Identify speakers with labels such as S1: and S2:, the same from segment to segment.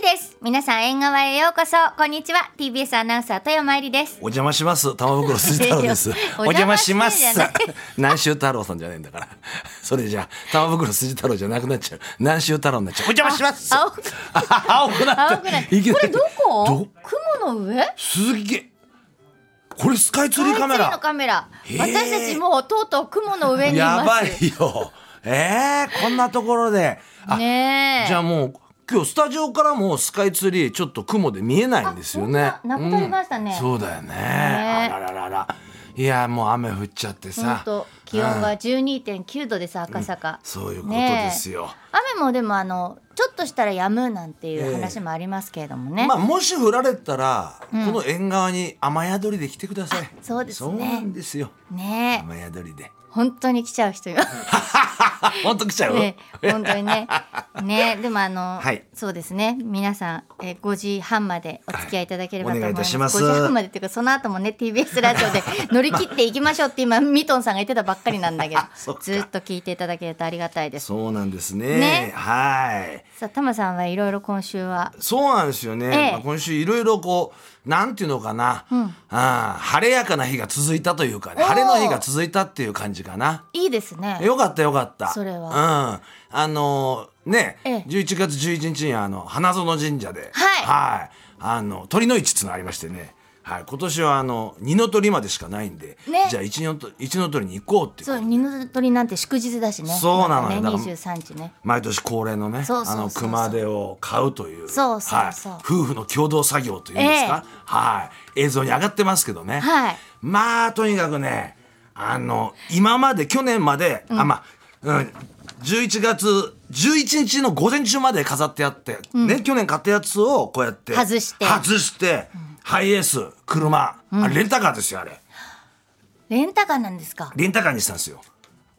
S1: です皆さん縁側へようこそこんにちは TBS アナウンサー富山えりです
S2: お邪魔します玉袋筋太郎です
S1: お
S2: お邪
S1: 邪魔
S2: 魔
S1: し
S2: し
S1: ま
S2: ますす
S1: じゃない
S2: 南州太郎さんじゃないんだからそれじゃあ玉袋筋太郎じゃなくなっちゃう南州太郎になっちゃうお邪魔します
S1: 青く
S2: 青くな
S1: 青
S2: っ
S1: くな
S2: た
S1: い
S2: いき
S1: こ
S2: な
S1: れ
S2: り
S1: どこ
S2: ど
S1: 雲の上
S2: すげえこれスカイツリーカメ
S1: スカイツリーの
S2: ラ
S1: カメラ
S2: へー
S1: 私たちもうとうとう雲の上にいます
S2: やばいよえー、こんなところであ、
S1: ねえ
S2: じゃあもう今日スタジオからもスカイツリーちょっと雲で見えないんですよね
S1: あ。本当だなくなりましたね
S2: うんそうだよね。
S1: え
S2: あらららら。いやもう雨降っちゃって
S1: 本
S2: さ。
S1: 当気温
S2: う
S1: が
S2: ん
S1: 12.9度です赤坂、
S2: そういうことですよ。
S1: 雨もでもあのちょっとしたら止むなんていう話もありますけれどもね、
S2: まあもし降られたら、この縁側に雨宿りで来てください。
S1: そうです
S2: そ
S1: ね
S2: うなんですよ。
S1: ねえ
S2: 雨宿りで。
S1: 本当に来ちゃう人よ
S2: あ本当来ちゃう。
S1: ねえ本当に ねねえでもあの、
S2: はい
S1: そうですね皆さんえー5時半までお付き合いいただければと
S2: はい
S1: 思います,、
S2: お願いいたし
S1: 5
S2: ます
S1: 時半までっていうかその後もね TBS ラジオで 乗り切っていきましょうって今ミトンさんが言ってたばっかりなんだけど
S2: そっか
S1: ずっと聞いていただけるとありがたいです
S2: そうなんですね。
S1: ね
S2: はい。
S1: さあタマさんはいろいろ今週は
S2: そうなんですよね、
S1: ええ
S2: まあ、今週いろいろこうなんていうのかな、ああ晴れやかな日が続いたというかね
S1: おー
S2: 晴れの日が続いたっていう感じかない
S1: いですね
S2: よかったよかった
S1: それ
S2: はうんあのーね、
S1: ええ
S2: 11月11日にあの花園神社で
S1: はい
S2: いあの鳥の市っていうのがありましてねはい、今年はあの二の鳥までしかないんで、
S1: ね
S2: じゃあ一の鳥一の鳥に行こうっていう
S1: そう二の鳥なんて祝日だしね
S2: そうなのよ
S1: んか
S2: だ
S1: ね
S2: から
S1: 23日ね
S2: 毎年恒例のね
S1: そうそうそうそう
S2: あの熊手を買うという
S1: そうそうそう
S2: はい、夫婦の共同作業というんですか、はい映像に上がってますけどね、
S1: はい
S2: まあとにかくねあの今まで去年まで、あまあ、うん、11月11日の午前中まで飾ってあって、ね去年買ったやつをこうやって
S1: 外して
S2: 外してハイエース車、あレンタカーですよあれ
S1: レンタカーなんですか
S2: レンタカーにしたんですよ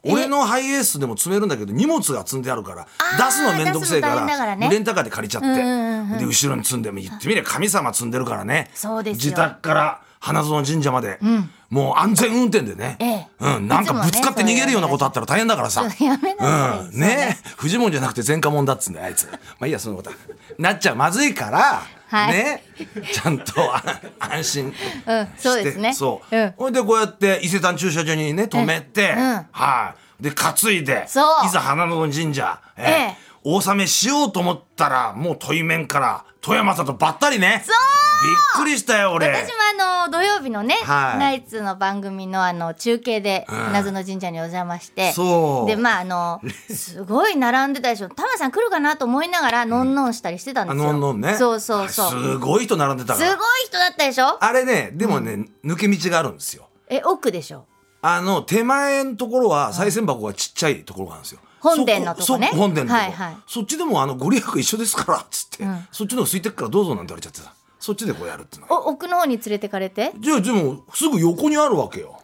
S2: 俺のハイエースでも積めるんだけど荷物が積んであるから
S1: ー
S2: 出すのめんどくせえか
S1: 出すの大変だから
S2: ら
S1: ね
S2: レンタカーで借りちゃって
S1: ん
S2: で後ろに積んでも言ってみりゃ神様積んでるからね
S1: そうですよ
S2: 自宅から花園神社までもう安全運転でね
S1: ええ
S2: うんなんかぶつかって逃げるようなことあったら大変だからさ
S1: そうやめなさい
S2: うんねフジモンじゃなくて前科者だっつうんだよあいつまあいいやそのことはなっちゃまずいから
S1: はい
S2: ねちゃんとあ安心
S1: うんそうですね
S2: そう。
S1: うん
S2: ほいでこうやって伊勢丹駐車場にね止めて、
S1: うんうん
S2: はい。で担いで、
S1: そう
S2: いざ花園神社、え
S1: ええ
S2: お納めしようと思ったらもう対面から富山さんとばったりね。びっくりしたよ俺。
S1: 私もあの土曜日のね、
S2: はい
S1: ナイツの番組のあの中継で謎の神社にお邪魔して、
S2: そう
S1: でまああのすごい並んでたでしょタマさん来るかなと思いながらのんのんしたりしてたんで
S2: あ
S1: すよ、
S2: ののね。
S1: そうそうそう、
S2: はいすごい人並んでた
S1: す
S2: か
S1: ごい
S2: ら。
S1: 人だったでしょ
S2: あれねでもね、抜け道があるんですよ。
S1: え奥でしょ
S2: あの手前のところは賽銭箱がちっちゃいところがあるんですよ。
S1: 本殿のとこね
S2: そそ本殿のとこ、
S1: はいはい
S2: そっちでもあのご利益一緒ですからっつって、
S1: ん
S2: そっちの方空いてっからどうぞなんて言われちゃってさそっちでこうやるっての
S1: お奥の方に連れてかれて
S2: じゃあでもすぐ横にあるわけよ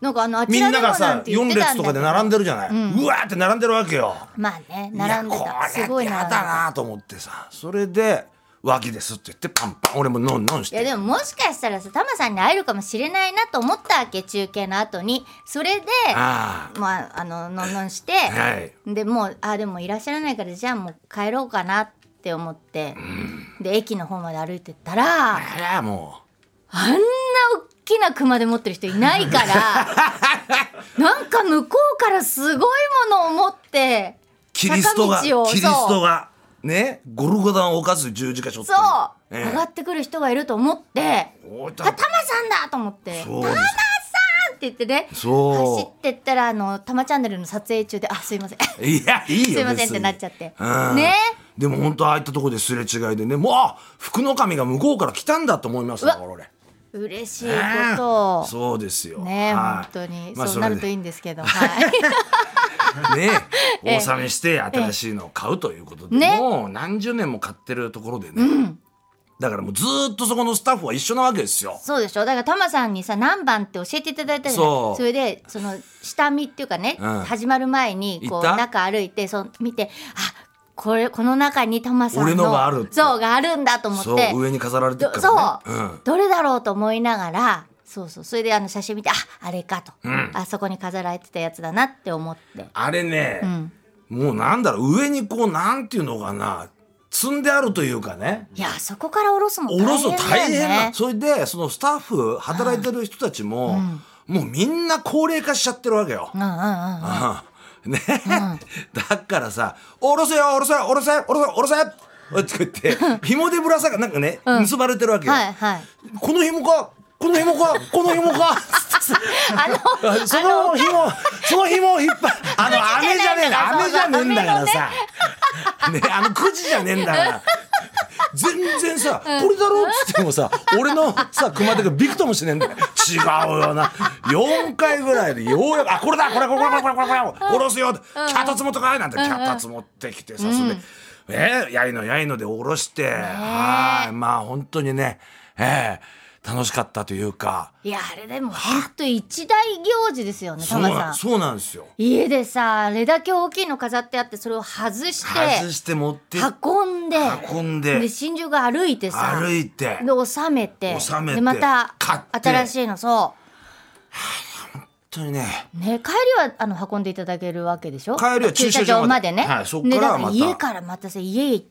S1: なんかあのあ
S2: み
S1: ち
S2: ん
S1: ら
S2: な
S1: でも
S2: が
S1: な
S2: さ
S1: んて言っ
S2: 4
S1: てた
S2: 列
S1: ん
S2: と
S1: だ
S2: か
S1: け
S2: で
S1: ど
S2: 並んでるじゃない、うわーって並んでるわけよ
S1: まあね並んで
S2: いや
S1: た
S2: これ
S1: すごい並
S2: や
S1: んでた
S2: だなと思ってさそれで「脇です」って言ってパンパン俺ものんのんし
S1: い
S2: て
S1: やでももしかしたらさタマさんに会えるかもしれないなと思ったわけ中継の後にそれで
S2: あ
S1: まああののんのんして、
S2: あはい
S1: でもうあでもいらっしゃらないからじゃあもう帰ろうかなって思って、で駅の方まで歩いてったらあんな
S2: あらも
S1: 大きな熊で持ってる人いない からなんか向こうからすごいものを持って
S2: うキリストがキ
S1: 坂道を
S2: リスト
S1: そう
S2: がねゴルゴダを犯す十字架しょってる
S1: そう、
S2: ええ
S1: 上がってくる人がいると思って
S2: おい
S1: あ
S2: た
S1: タマさんだと思って
S2: そう
S1: タ
S2: で
S1: マ
S2: す
S1: さんって言ってね
S2: そう
S1: 走ってったらあのタマチャンネルの撮影中であすいませんす
S2: いやいいよ
S1: いませんっ
S2: 別
S1: て
S2: に
S1: なっちゃって、
S2: うん
S1: ね
S2: でも本当ああいったとこですれ違いでねもうあ福の神が向こうから来たんだと思います
S1: うわ
S2: だから俺
S1: 嬉しいことを、
S2: そうですよ
S1: ね、
S2: はい
S1: 本当に、
S2: まあ
S1: そう
S2: そ
S1: な
S2: れ
S1: るとい
S2: で
S1: いんですけ ど、は い、
S2: ね お納めして新しいのを買うということで
S1: ね
S2: もう何十年も買ってるところでねだからもうずーっとそこのスタッフは一緒なわけですよ
S1: そうでしょだからタマさんにさ何番って教えていただいたじゃない
S2: そ
S1: そうれでその下見っていうかね、
S2: うん
S1: 始まる前にこう
S2: 行った
S1: 中歩いてそう見てあこれこの中にタマさんの
S2: 俺のがあるって
S1: 像があるんだと思って
S2: そう上に飾られてる
S1: ど
S2: か
S1: そう、
S2: らね
S1: どれだろうと思いながらそうそうそれであの写真見てああれかと、
S2: ん
S1: あそこに飾られてたやつだなって思って
S2: あれね
S1: ん
S2: もうなんだろう上にこうなんていうのかな積んであるというかね
S1: いやそこから下ろすの大
S2: お
S1: 変だ
S2: ろ
S1: よ
S2: すの
S1: ね
S2: 大変な、それでそのスタッフ働いてる人たちも、もうみんな高齢化しちゃってるわけよ。
S1: うんうんうん
S2: うん ね、だからさ「おろせよおろせよおろせおろせおろせ!」って言って紐でぶら下がなんかね、結ばれてるわけよ。
S1: はいはい
S2: この紐かこの紐かこの紐か
S1: あの
S2: その紐その紐を引っ張る あの飴じゃねえんだ飴じゃねえんだからさねあのくじじゃねえんだから全然さこれだろっつってもさ俺のさ熊手がびくともしねえんだよ違うよな4回ぐらいでようやく「あこれだこれこれこれこれこれこれおろすよ」キャタツモとかなんてキャタツ持ってきてさそれで。ええやいのやいのでおろして、はいまあ本当にね、ええ楽しかったというか、
S1: いやあれでも本当一大行事ですよね
S2: そ
S1: タ
S2: う
S1: マ
S2: な
S1: さん
S2: そうなんですよ。
S1: 家でさあれだけ大きいの飾ってあってそれを外して
S2: 外して持って
S1: 運んで
S2: 運ん
S1: で
S2: で
S1: 新宿が歩いてさ
S2: 歩いて
S1: で収めて
S2: 収めて
S1: でまた
S2: 買って
S1: 新しいのそう
S2: 本当にね
S1: ね、帰りはあの運んでいただけるわけでしょ
S2: 帰りは駐車場まで
S1: 駐ね、
S2: はいそっから
S1: ねだら
S2: また
S1: 家からまたさ家へ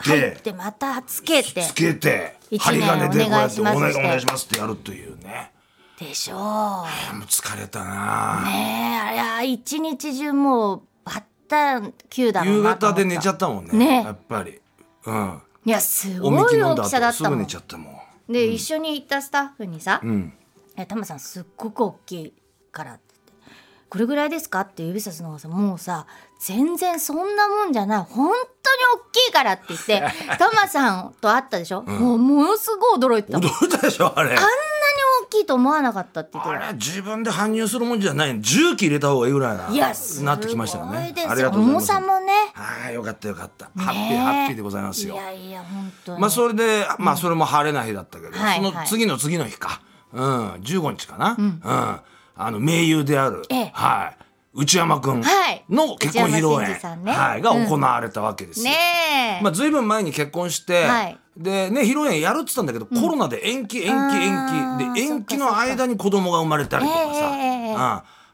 S1: 入ってまたつけて
S2: つけて
S1: 一
S2: 針金でこうやってお
S1: 年お願い
S2: 願い
S1: しますして
S2: お願いしますってやるというね
S1: でしょう
S2: あもう疲れたな、
S1: ねえあれは一日中もうバッタン級だろ
S2: 夕
S1: うな
S2: 方
S1: と思った
S2: で寝ちゃったもんね
S1: ね
S2: やっぱりうん
S1: いやす
S2: お
S1: ご
S2: みき
S1: い
S2: 飲ん
S1: 大
S2: だ
S1: きさだ
S2: 後
S1: っ
S2: す
S1: た
S2: ぐ
S1: もん
S2: 寝ちゃったもん
S1: で、一緒に行ったスタッフにさ
S2: うん
S1: 「えタマさんすっごく大きいから」って言って「これぐらいですか?」って指さすのがさもうさ全然そんなもんじゃない本当に大きいからって言って タマさんと会ったでしょ、もうものすごい驚いてた
S2: 驚いたでしょあれ
S1: 大きいと思わなかったって言って
S2: あ
S1: た
S2: れ自分で搬入するもんじゃない重機入れた方がいいぐらいない
S1: やすご
S2: ないっ
S1: で
S2: てきましたよねあり
S1: すよ
S2: がとうご
S1: 重
S2: ざ
S1: さ
S2: います
S1: もね
S2: ああよかったよかった、
S1: ね
S2: ハッピーハッピーでございますよ
S1: いやいや本当に、
S2: まあそれで、まあそれも晴れない日だったけど、
S1: はい
S2: その次の次の日か、うん、15日かな、うん、あの盟友である、
S1: ええ
S2: はい、内山くん
S1: はい
S2: の結婚披露
S1: 内山真
S2: 宴、
S1: 二さんね
S2: はい、が行われたわけですよ。
S1: ねえ、
S2: まあ、ずいぶん前に結婚して、
S1: はい
S2: でね披露宴やるっつったんだけど、コロナで延期延期
S1: あ
S2: 延
S1: ー
S2: 期で
S1: そっか
S2: 延期の間に子供が生まれたりとかさ、
S1: ええええ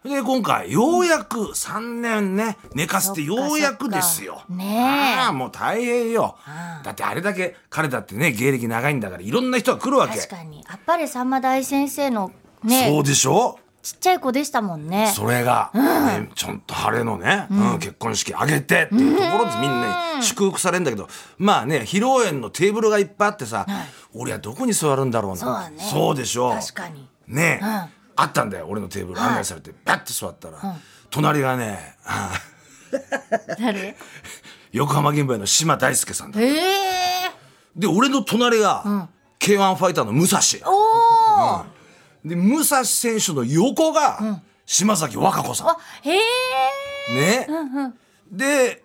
S2: うん、で今回ようやく3年ね寝かせてようやくです
S1: そ
S2: よ
S1: っ。かねえ
S2: ああもう大変よ
S1: あ。あ
S2: だってあれだけ彼だってね芸歴長いんだからいろんな人が来るわけ。
S1: 確かにあっぱれさんま大先生のね
S2: そうでしょ
S1: ちっちゃい子でしたもんね。
S2: それが、ねちゃんと晴れのね、うん結婚式あげてっていうところでみんなに祝福されるんだけどまあね披露宴のテーブルがいっぱいあってさ、俺はどこに座るんだろうな
S1: そうだね
S2: そうでしょ
S1: 確かに。
S2: ね、
S1: ん
S2: あったんだよ俺のテーブル
S1: はい
S2: 案内されて、パッて座ったら、隣がねあ
S1: 誰？
S2: 横浜銀杯の島大輔さんだ
S1: ええ
S2: で俺の隣が、K1 ファイターの武蔵
S1: ー。おお。あ
S2: で武蔵選手の横が、島崎和歌子さん
S1: へえ。
S2: ね、で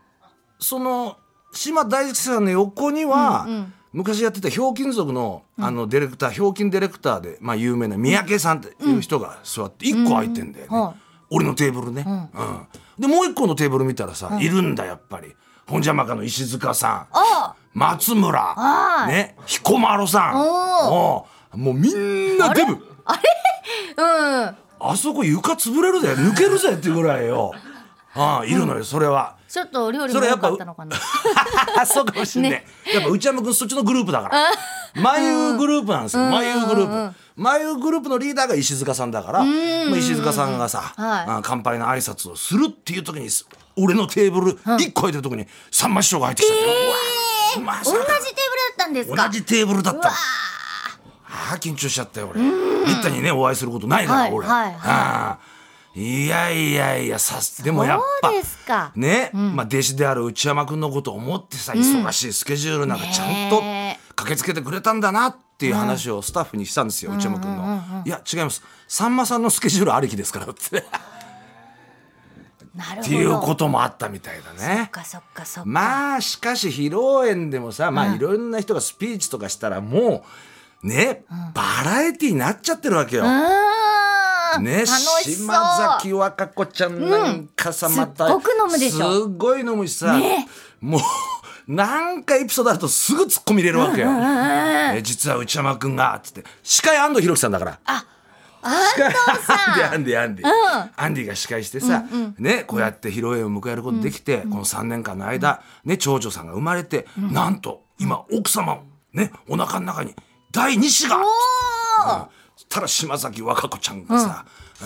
S2: その島大輔さんの横には、昔やってたひょうきん族のあのディレクター、ひょうきんディレクターで、まあ、有名な三宅さんっていう人が座って1個空いてんだよね、
S1: うんはい
S2: 俺のテーブルね、うんでもう1個のテーブル見たらさ、いるんだやっぱり本邪魔家の石塚さん
S1: あ
S2: 松村、
S1: はい
S2: ね、彦摩呂さん
S1: おー
S2: おうもうみんなデブ
S1: あ。うん。
S2: あそこ床潰れるぜ抜けるぜっていうぐらいよああいるのよそれは。
S1: ちょっとお料理
S2: そ
S1: も
S2: れや
S1: 良
S2: っぱ
S1: かったのかな。
S2: そう かもしんない、やっぱ内山君そっちのグループだから眉グループなんですよ眉グループ眉グループのリーダーが石塚さんだから、まあ石塚さんがさ、
S1: はい
S2: あ乾杯の挨拶をするっていう時に俺のテーブル1個空いてる時にさんま師匠が入ってきたんだよ
S1: え
S2: う
S1: ー
S2: わま
S1: 同
S2: さ
S1: じテーブル
S2: か
S1: だったんです
S2: 同
S1: か。
S2: じテーブルだったのああ緊張しちゃったよ俺めったにねお会いすることないから、
S1: はい
S2: 俺、
S1: はいはい
S2: ああいやいやいやさすでもやっぱ
S1: そうですか。
S2: ね、まあ弟子である内山君のことを思ってさ、忙しいスケジュールなんかちゃんと
S1: ね
S2: 駆けつけてくれたんだなっていう話をスタッフにしたんですよ、内山君の、いや違いますさんまさんのスケジュールありきですからってっ
S1: なるほど。
S2: ていうこともあったみたいだ
S1: そ
S2: ね
S1: っかそっかそっか。
S2: まあしかし披露宴でもさまあいろんな人がスピーチとかしたらもうね、バラエティーになっちゃってるわけよ、
S1: うーん。
S2: ね、
S1: 楽しそう。
S2: 島崎和歌子ちゃんなんかさ、
S1: うん
S2: また
S1: すっごく飲むでしょ
S2: すっごい飲むしさ、
S1: ね
S2: もうなんかエピソードあるとすぐ突っ込み入れるわけよ、
S1: うんうんうん
S2: え実は内山君がっつって司会安藤弘樹さんだから
S1: あ、
S2: アンディアンディアンディ、アンディが司会してさ、ね、こうやって披露宴を迎えることできて、この3年間の間、ね、長女さんが生まれて、なんと今奥様をねお腹の中に第2子がうんただ島崎和歌子ちゃんがさ「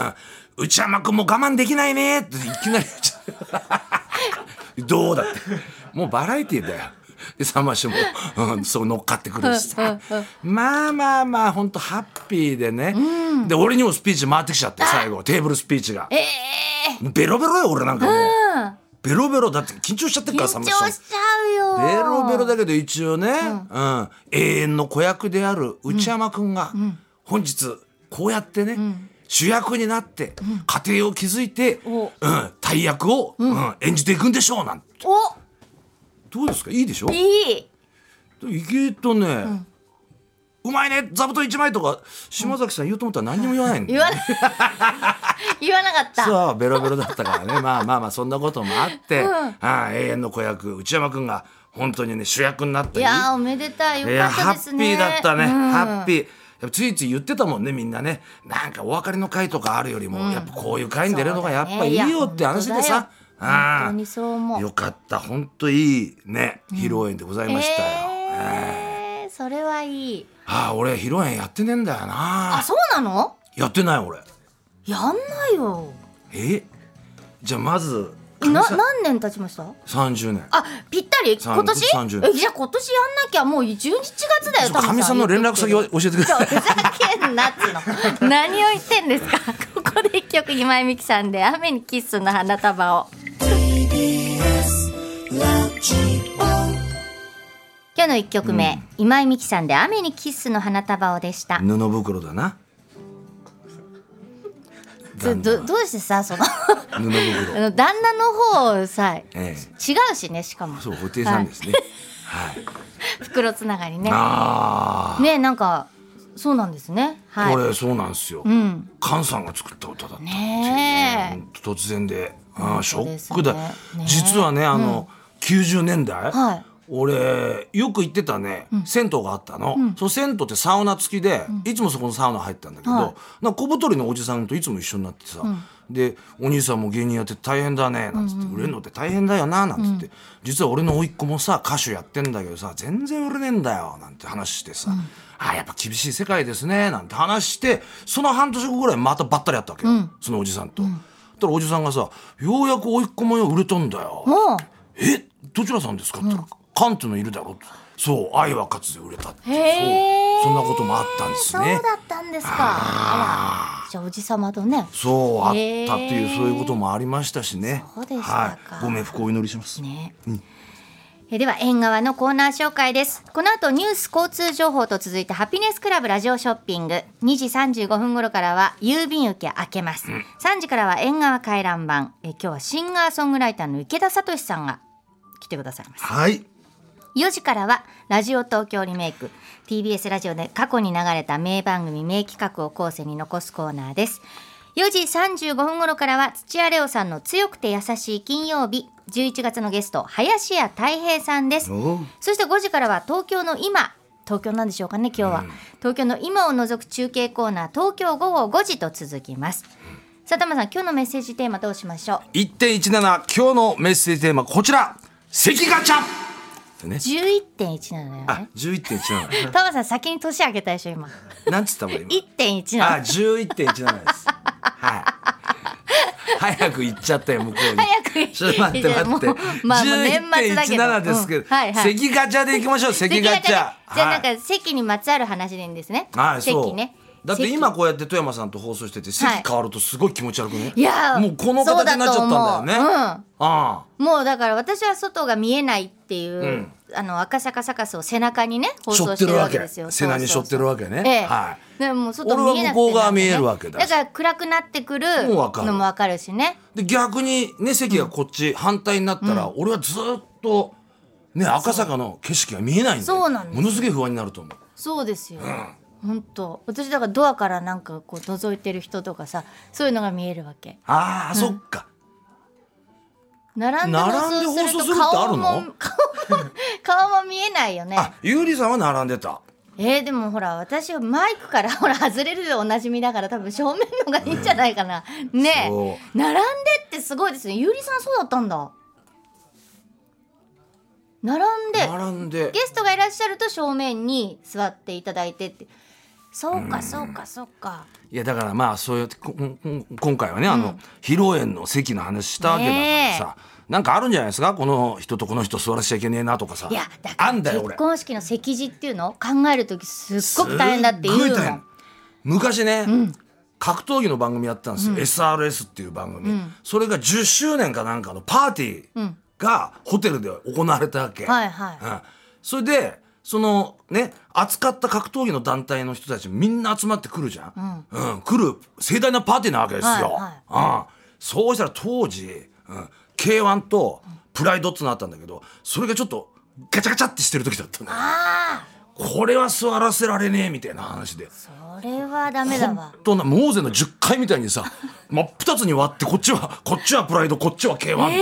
S2: うん内山君も我慢できないね」っていきなり言っちゃう どうだってもうバラエティーだよ。でさましも、うん、そう乗っかってくるしさまあまあまあ本当ハッピーでね、で俺にもスピーチ回ってきちゃって最後テーブルスピーチが
S1: ええ
S2: ベロベロよ俺なんかもう、
S1: ー、
S2: ベロベロだって緊張しちゃってるからさ
S1: 緊
S2: ま
S1: 張
S2: しも
S1: しちゃ
S2: ベ
S1: うよ
S2: ロベロだけど一応ね、うん永遠の子役である内山君が本日こうやってね、主役になって家庭を築いて、うん
S1: お
S2: 大役を、うん演じていくんでしょうなんてどうですかいいでしょ
S1: おいい
S2: 意外とね、うまいね座布団一枚とか島崎さん言うと思ったら何にも言わないんだ
S1: 言
S2: よ
S1: わな 言わなかった
S2: そうベロベロだった からねまあまあまあそんなこともあって、
S1: うん
S2: ああ永遠の子役内山君が本当にね主役になった
S1: い
S2: り
S1: やーおめでたいよ
S2: いや
S1: かった
S2: ハ
S1: です
S2: ッ
S1: ね
S2: ピーだったね、
S1: うん
S2: ハッピーやっぱついつい言ってたもんねみんなねなんかお別れの会とかあるよりも、やっぱこういう会に出るのがやっぱいいよって話でさ、
S1: そうだよ
S2: あ
S1: 本当に
S2: あ
S1: そう思う
S2: よかった本当いいね披露宴でございましたよ、
S1: えー、それはいい
S2: ああ俺披露宴やってねえんだよな
S1: あそうなの
S2: やってない俺
S1: やんないよ
S2: えじゃあまず
S1: な何年経ちました
S2: 30年
S1: あぴったり
S2: さん
S1: 今年
S2: 30
S1: えじゃあ今年やんなきゃもう11月だよ
S2: かみさんの連絡先
S1: を
S2: を教えてください
S1: ふざけんなっつうの何を言ってんですかここで一曲今井美樹さんで「雨にキッスの花束を」今日の一曲目、今井美樹さんで「雨にキッスの花束を」でし た
S2: 布袋だ な
S1: どどどうしてさその
S2: 布袋
S1: あの旦那の方をさ
S2: ええ
S1: 違うしねしかも
S2: そう布袋さんですね、
S1: 袋つながりね
S2: ああ
S1: ねなんかそうなんですねはい
S2: これそうなんですよ、
S1: うん
S2: 菅さんが作った歌だったっていう
S1: ねえ
S2: ほんと突然で、ああショ
S1: 当です
S2: ッ
S1: ね
S2: クだ、
S1: ねえ
S2: 実はねあの、90年代、
S1: はい
S2: 俺よく行ってたね、銭湯があったの、その銭湯ってサウナ付きで、いつもそこのサウナ入ったんだけど、
S1: はい
S2: なんか小太りのおじさんといつも一緒になってさ、で「お兄さんも芸人やってて大変だね」なんつって「売れるのって大変だよな」なんつって、実は俺の甥っ子もさ歌手やってんだけどさ全然売れねえんだよ」なんて話してさ「ああやっぱ厳しい世界ですね」なんて話してその半年後ぐらいまたばったりやったわけよ、そのおじさんと。だからおじさんがさ「ようやく甥っ子もよ売れたんだよ」
S1: も
S2: えどちらさんですか?」って言ったら「カントのいるだろ」ってそう「愛は勝つ」で売れたって
S1: うへえ
S2: そうそんなこともあったんですね
S1: そうだったんですかあらじゃあおじさまとね
S2: そうあったっていう
S1: へー
S2: そういうこともありましたしね
S1: そうでしたか
S2: はい、ご冥福をお祈りします、
S1: ね、えでは縁側のコーナー紹介ですこの後ニュース交通情報と続いてハピネスクラブラジオショッピング2時35分頃からは郵便受け開けます、3時からは縁側回覧版え今日はシンガーソングライターの池田聡さんが来てくださいます
S2: はい
S1: 4時からはラジオ東京リメイク TBS ラジオで過去に流れた名番組名企画を後世に残すコーナーです4時35分頃からは土屋レオさんの強くて優しい金曜日11月のゲスト林家たい平さんです
S2: おう
S1: そして5時からは東京の今東京なんでしょうかね今日は、東京の今を除く中継コーナー東京午後5時と続きますさあ玉さん今日のメッセージテーマどうしましょう
S2: 1.17今日のメッセージテーマこちら「関ガチャ」ってね
S1: 11.1なのよ
S2: あ
S1: ね
S2: 11.17
S1: 玉さん先に年明けたでしょ今
S2: なんつったもん今
S1: 1.1なの
S2: あ11.17ですはい早く行っちゃったよ向こうに
S1: 早く行っ
S2: ちょっと待って
S1: いや
S2: 待って。
S1: もうまあもう年末だけど
S2: 11.17ですけど、
S1: うんはいはい
S2: 席ガチャで行きましょう。席ガチャ。
S1: じゃあ
S2: は
S1: ないんか席にまつわる話でいいんですね。
S2: はい、そ
S1: 席
S2: う。
S1: ね。
S2: だって今こうやって富山さんと放送してて席
S1: はい
S2: 変わるとすごい気持ち悪くね。
S1: いやー
S2: もうこの形になっちゃったんだよね。
S1: そうだと思ううん
S2: ああ。
S1: 席もうだから私は外が見えないっていう、
S2: ん
S1: あの赤坂サカスを背中にね放
S2: 背負
S1: 送
S2: っ
S1: し
S2: て
S1: て
S2: る
S1: るわ
S2: わ
S1: け
S2: け
S1: ですよ。
S2: 背中に背負ってるわけね。
S1: けええ、
S2: は
S1: でももう外見えなくてな
S2: 俺は向
S1: んかね
S2: こう側見えるわけだし
S1: だから暗くなってくる
S2: もうわかる
S1: のもわかるしね。
S2: い。で逆にね席がこっち反対になったら、俺はずっとね赤坂の景色が見えないんで、
S1: そうなんです
S2: ものすげえ不安になると思う。
S1: そうですよ。本当。私だからドアからなんかこう覗いてる人とかさ、そういうのが見えるわけ。
S2: ああ、そっか。
S1: 並んで放
S2: 並んで
S1: 送
S2: 放
S1: す
S2: 送
S1: る
S2: す
S1: と
S2: るってあ
S1: 顔
S2: る
S1: も
S2: の
S1: 顔も顔も見えないよね
S2: あ、ゆうりさんは並んでた。
S1: えー、でもほら私はマイクから ほら外れるでおなじみだから多分正面のがいいんじゃないかな、ね
S2: そ
S1: え並んでってすごいですねゆうりさんそうだったんだ並んで
S2: 並んで
S1: ゲストがいらっしゃると正面に座っていただいてってそうかそうかそうか、
S2: いやだからまあそういうこここ今回はねあの、披露宴の席の話したわけだからさ、なんかあるんじゃないですかこの人とこの人座らしちゃいけねえなとかさ
S1: いやだか
S2: あ
S1: ら
S2: んだよ俺
S1: 結婚式の席次っていうのを考える時すっごく大変だって言う
S2: すっ
S1: も
S2: ごい大変
S1: ん
S2: 昔ね、格闘技の番組やってたんですよ、SRS っていう番組、それが10周年かなんかのパーティーがホテルで行われたわけ、
S1: はいはい
S2: うんそれでそのね扱った格闘技の団体の人たちみんな集まってくるじゃん、うん来る盛大なパーティーなわけですよ、
S1: はい
S2: うん、そうしたら当時、うん、k 1とプライドってのあったんだけどそれがちょっとガチャガチャってしてる時だったの
S1: あ
S2: これは座らせられねえみたいな話で
S1: あそれはダメだわ
S2: 本当なモーゼの10回みたいにさ真っ二つに割ってこっちはこっちはプライドこっちは K1
S1: えー、
S2: っ
S1: ピ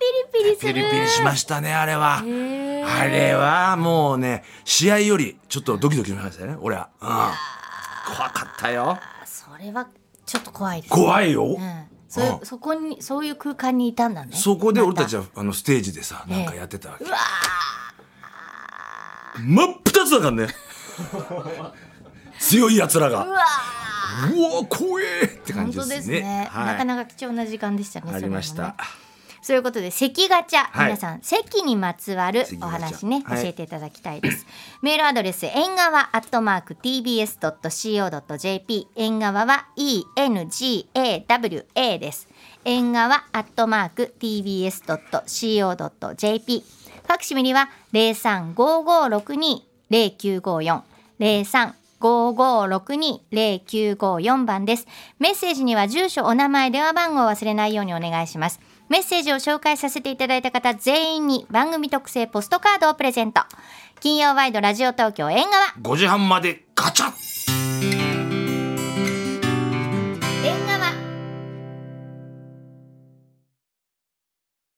S2: て、
S1: リピリす
S2: ピ
S1: る
S2: リピリしましたねあれは、
S1: へー
S2: あれはもうね試合よりちょっとドキドキしましたね俺は、うん、怖かったよ
S1: あそれはちょっと怖いです、ね
S2: 怖いよ、
S1: うん、そういう
S2: うん
S1: そこにそういう空間にいたんだね
S2: そこで俺たち
S1: は
S2: はあのステージでさなんかやってたわけ、
S1: うわ
S2: 真っ二つだからね強い奴らが
S1: ー
S2: う
S1: う
S2: わ
S1: わ
S2: 怖えって
S1: ー
S2: 感
S1: 本
S2: じです
S1: 当
S2: ね
S1: ですね、
S2: はい、
S1: なかなか貴重な時間でしたね
S2: ありまし
S1: それも
S2: た
S1: ねそういうことで席ガチャ、
S2: はい
S1: 皆さん席にまつわるお話ね
S2: 席ガチャはい
S1: 教えていただきた いです、メールアドレス縁側アットマーク tbs.co.jp 縁側は engawa です縁側アットマーク tbs.co.jp ファクシミリは零三五五六二零九五四零三五五六二零九五四番です。メッセージには住所、お名前、電話番号を忘れないようにお願いします。メッセージを紹介させていただいた方全員に番組特製ポストカードをプレゼント。金曜ワイドラジオ東京縁側。
S2: 5時半までガチャッ